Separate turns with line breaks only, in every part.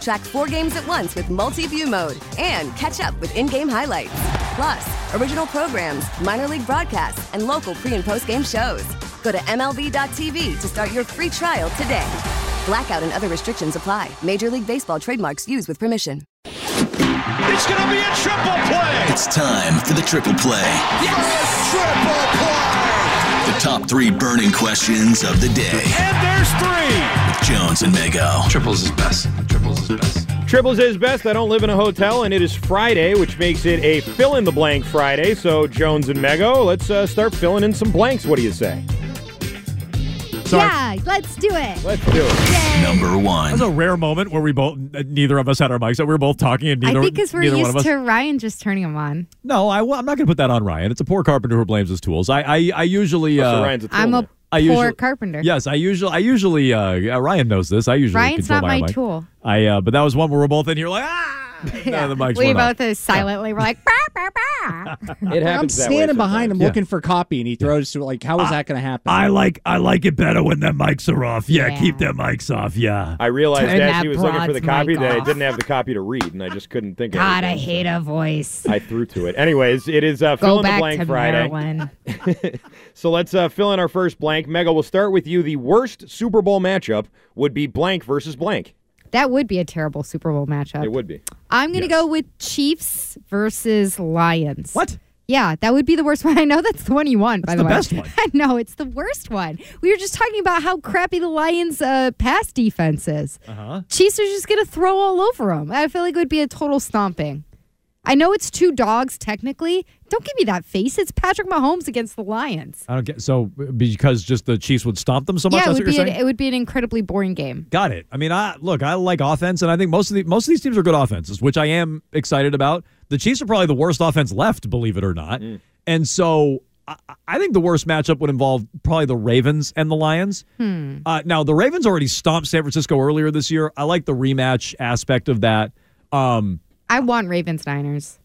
Track four games at once with multi-view mode and catch up with in-game highlights. Plus, original programs, minor league broadcasts, and local pre- and post-game shows. Go to MLB.tv to start your free trial today. Blackout and other restrictions apply. Major League Baseball trademarks used with permission.
It's going to be a triple play.
It's time for the triple play.
Yes, triple play.
The top three burning questions of the day.
And there's three.
With Jones and Mego.
Triples is best. Triples is best.
Triples is best. I don't live in a hotel, and it is Friday, which makes it a fill in the blank Friday. So, Jones and Mego, let's uh, start filling in some blanks. What do you say? Sorry.
Yeah, let's do it.
Let's do it.
Yay.
Number
That
one.
was a rare moment where we both, neither of us had our mics. up. We were both talking, and
I
neither,
think because we're
neither one of
used
us.
to Ryan just turning them on.
No, I, am not going to put that on Ryan. It's a poor carpenter who blames his tools. I, I, I usually.
Oh, So
Uh,
Ryan's a
I'm
tool
a
man.
I
poor
usually-
carpenter.
Yes, I usually. I usually. Uh, yeah, Ryan knows this. I usually.
Ryan's
control
not
my,
my
mic.
tool.
I. Uh, but that was one where we're both in here like ah.
Yeah.
No, the mics
we
weren't on.
both uh, silently were like, bah, bah, bah.
It
I'm
happens that way
standing behind him
Yeah.
looking for copy, and he throws to it like, "How is that going to happen?"
I like. I like it better when their mics are off. Yeah,
Yeah.
keep their mics off. Yeah.
I realized
Turn
as
that
he was looking for the
broad's
copy
mic
that I
off.
didn't have the copy to read, and I just couldn't think of
God, I
anything.
hate a voice.
I threw to it. Anyways, it is uh, fill
Go
in the
back
blank
to
Friday.
Maryland.
So let's uh, fill in our first blank. Mega, we'll start with you. The worst Super Bowl matchup would be blank versus blank.
That would be a terrible Super Bowl matchup.
It would be.
I'm going to go with Chiefs versus Lions.
What?
Yeah, that would be the worst one. I know that's the one you won, by
the
the, way.
best one.
I know, it's the worst one. We were just talking about how crappy the Lions' uh, pass defense is.
Uh-huh.
Chiefs are just going to throw all over them. I feel like it would be a total stomping. I know it's two dogs technically. Don't give me that face. It's Patrick Mahomes against the Lions.
I don't get so because just the Chiefs would stomp them so much.
yeah, it
that's
would
what
be
you're
an,
saying.
it would be an incredibly boring game.
Got it. I mean, I look, I like offense, and I think most of the most of these teams are good offenses, which I am excited about. The Chiefs are probably the worst offense left, believe it or not. And so I, I think the worst matchup would involve probably the Ravens and the Lions. Uh, now the Ravens already stomped San Francisco earlier this year. I like the rematch aspect of that. Um,
I want Ravens Niners.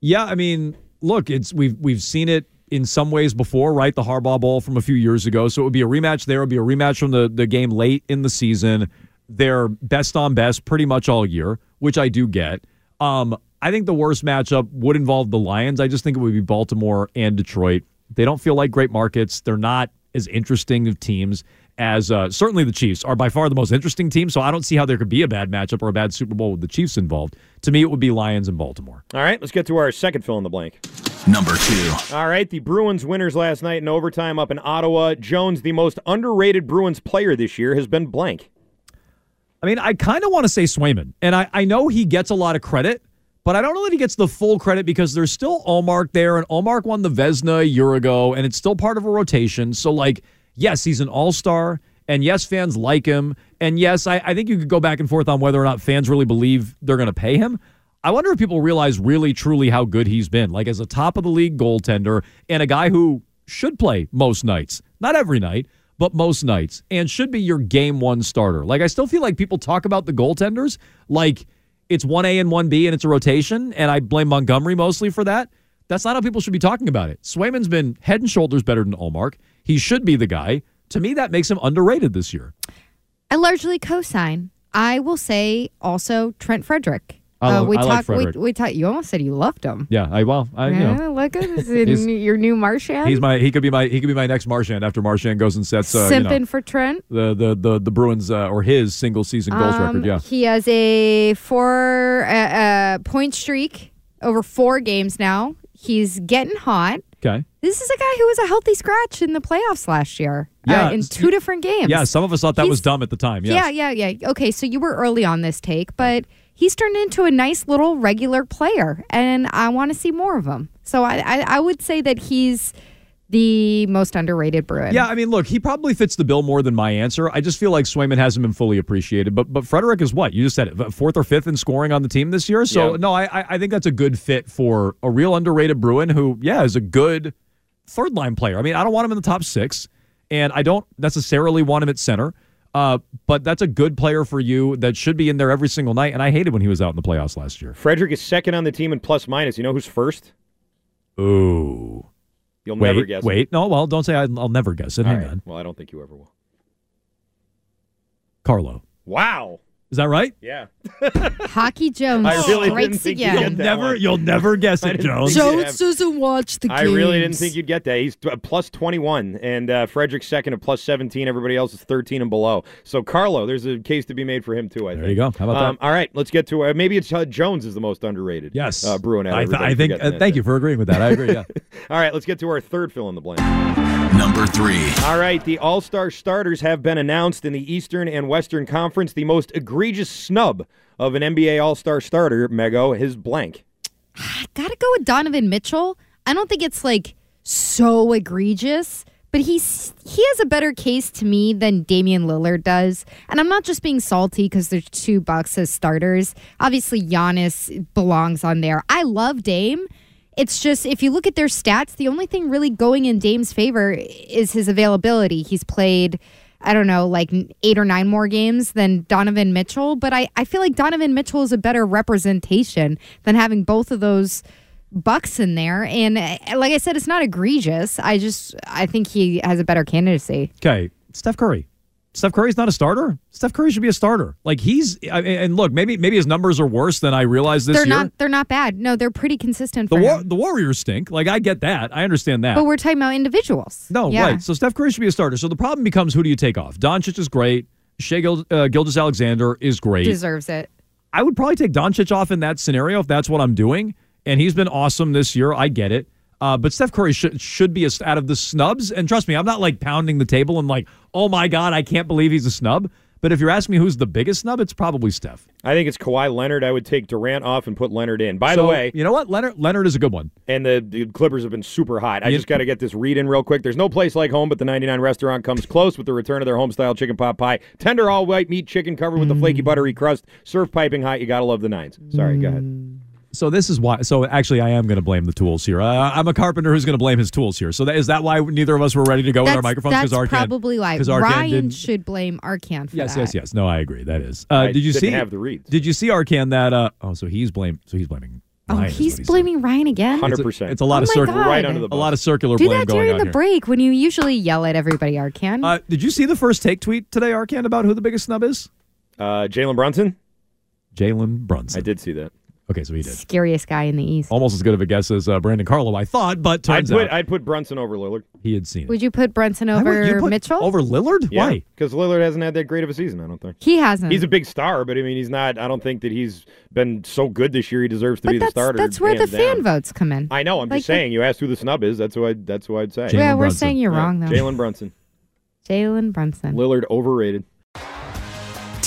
yeah, I mean, look, it's we've we've seen it in some ways before, right? The Harbaugh Bowl from a few years ago. So it would be a rematch there. It would be a rematch from the the game late in the season. They're best on best pretty much all year, which I do get. Um, I think the worst matchup would involve the Lions. I just think it would be Baltimore and Detroit. They don't feel like great markets. They're not as interesting of teams as uh, certainly the Chiefs are by far the most interesting team. So I don't see how there could be a bad matchup or a bad Super Bowl with the Chiefs involved. To me, it would be Lions and Baltimore.
All right, let's get to our second fill in the blank.
Number two.
All right, the Bruins winners last night in overtime up in Ottawa. Jones, the most underrated Bruins player this year, has been blank.
I mean, I kind of want to say Swayman, and I, I know he gets a lot of credit, but I don't know that he gets the full credit because there's still Allmark there, and Allmark won the Vesna a year ago, and it's still part of a rotation. So, like, yes, he's an all star, and yes, fans like him, and yes, I, I think you could go back and forth on whether or not fans really believe they're going to pay him. I wonder if people realize really, truly how good he's been, like as a top of the league goaltender and a guy who should play most nights, not every night, but most nights, and should be your game one starter. Like I still feel like people talk about the goaltenders like it's one A and one B and it's a rotation, and I blame Montgomery mostly for that. That's not how people should be talking about it. Swayman's been head and shoulders better than Allmark. He should be the guy. To me, that makes him underrated this year.
I largely co-sign. I will say also Trent Frederick. Uh,
I love-
we
I like
talked.
Frederick.
We, we talked. You almost said you loved him.
Yeah, I well, I you know.
Yeah, look at this
He's-
in your new Martian.
He's my he could be my he could be my next Marchand after Marchand goes and sets uh, you know,
simping for Trent.
the the the the Bruins uh, or his single season goals record. Yeah,
Um, He has a four uh, uh, point streak over four games now. He's getting hot.
okay.
This is a guy who was a healthy scratch in the playoffs last year. uh,
Yeah,
in
s-
two different games.
Yeah, some of us thought that was
He's-
dumb at the time. Yes.
Yeah, yeah, yeah. Okay, so you were early on this take, but he's turned into a nice little regular player, and I want to see more of him. So I, I, I would say that he's the most underrated Bruin.
Yeah, I mean, look, he probably fits the bill more than my answer. I just feel like Swayman hasn't been fully appreciated. But but Frederick is what you just said, it, fourth or fifth in scoring on the team this year. So
Yeah.
no, I I- I think that's a good fit for a real underrated Bruin who yeah is a good third line player. I mean, I don't want him in the top six, and I don't necessarily want him at center. Uh, but that's a good player for you that should be in there every single night. And I hated when he was out in the playoffs last year.
Frederick is second on the team in plus minus. You know who's first?
Ooh.
You'll
wait,
never guess. it.
Wait, no, well, don't say I, I'll never guess it.
All
Hang
right.
on,
Well, I don't think you ever will.
Carlo.
Wow.
Is that right?
Yeah.
Hockey Jones
I really didn't
strikes
think you'd
again.
get that
Never,
one.
you'll never guess
I
it,
didn't
Jones.
think you'd have-
doesn't watch the
I really didn't think you'd get that. He's t- plus 21, and uh, Frederick's second at plus 17. Everybody else is 13 and below. So, Carlo, there's a case to be made for him, too, I think.
There you go. How about
um, All right, let's get to uh, maybe it's uh, Jones is the most underrated.
Yes.
Uh, Bruin.
I, th- I think. Uh, thank you for agreeing with that. I agree. Yeah.
All right, let's get to our third fill in the blank.
that. Number three.
All right, the All Star starters have been announced in the Eastern and Western Conference. The most egregious snub of an NBA All Star starter, Mego, his blank.
Gotta go with Donovan Mitchell. I don't think it's like so egregious, but he's he has a better case to me than Damian Lillard does. And I'm not just being salty because there's two Bucks as starters. Obviously, Giannis belongs on there. I love Dame. It's just if you look at their stats, the only thing really going in Dame's favor is his availability. He's played I don't know, like eight or nine more games than Donovan Mitchell. But I, I feel like Donovan Mitchell is a better representation than having both of those bucks in there. And uh, like I said, it's not egregious. I just, I think he has a better candidacy.
Okay. Steph Curry. Steph Curry's not a starter. Steph Curry should be a starter. Like he's. I, and look, maybe maybe his numbers are worse than I realized this
they're
year.
not, they're not bad. No, they're pretty consistent
the
for
war,
him.
the Warriors stink. Like I get that. I understand that.
But we're talking about individuals.
No,
Yeah.
right. So Steph Curry should be a starter. So the problem becomes who do you take off? Doncic is great. Shea Gil- uh, Gildas Alexander is great.
Deserves it.
I would probably take Doncic off in that scenario if that's what I'm doing. And he's been awesome this year. I get it. Uh, but Steph Curry should should be a, out of the snubs. And trust me, I'm not like pounding the table and like, oh my God, I can't believe he's a snub. But if you're asking me who's the biggest snub, it's probably Steph.
I think it's Kawhi Leonard. I would take Durant off and put Leonard in. By the
So,
way,
you know what? Leonard Leonard is a good one.
and the, the Clippers have been super hot. I just got to get this read in real quick. There's no place like home, but the 99 restaurant comes close with the return of their home style chicken pot pie. Tender all white meat chicken covered with a
Mm.
flaky buttery crust, served piping hot. You got to love the nines. Sorry, go ahead.
So this is why. So actually, I am going to blame the tools here. Uh, I'm a carpenter who's going to blame his tools here. So that, is that why neither of us were ready to go with our
That's,
microphones?
that's
Arcan-
probably why
'cause Arcan
Ryan
didn't-
should blame Arcan for
Yes,
that.
yes, yes. No, I agree. That is. Uh,
I
did you
didn't
see?
have the reads.
Did you see Arcan that? Uh, oh, so he's blame. So he's blaming.
Oh,
Ryan is
he's
what he's
blaming Ryan again?
It's a-
100%.
It's a lot
Oh
of
my
circular,
God. Right under the
a
bus.
lot of circular
Do
blame
that
going
during
on
the
here.
break when you usually yell at everybody, Arcan.
Uh, did you see the first take tweet today, Arcan, about who the biggest snub is?
Uh, Jalen Brunson?
Jalen Brunson.
I did see that.
Okay, so he did.
Scariest guy in the East.
Almost as good of a guess as uh, Brandon Carlo, I thought, but
I'd
turns
put,
out
I'd put Brunson over Lillard.
he had seen it.
Would you put Brunson
Why would
over
you put
Mitchell?
Over Lillard? Why?
Because Lillard hasn't had that great of a season, I don't think.
he hasn't.
He's a big star, but I mean, he's not. I don't think that he's been so good this year. He deserves to
but
be the
that's,
starter.
that's where the
hands
fan
down.
votes come in.
I know. I'm
Like,
just saying. You asked who the snub is. That's why. That's why I'd say.
Jalen
yeah, we're
Brunson.
saying you're
Yeah,
wrong though.
Jalen Brunson.
Jalen Brunson.
Lillard overrated.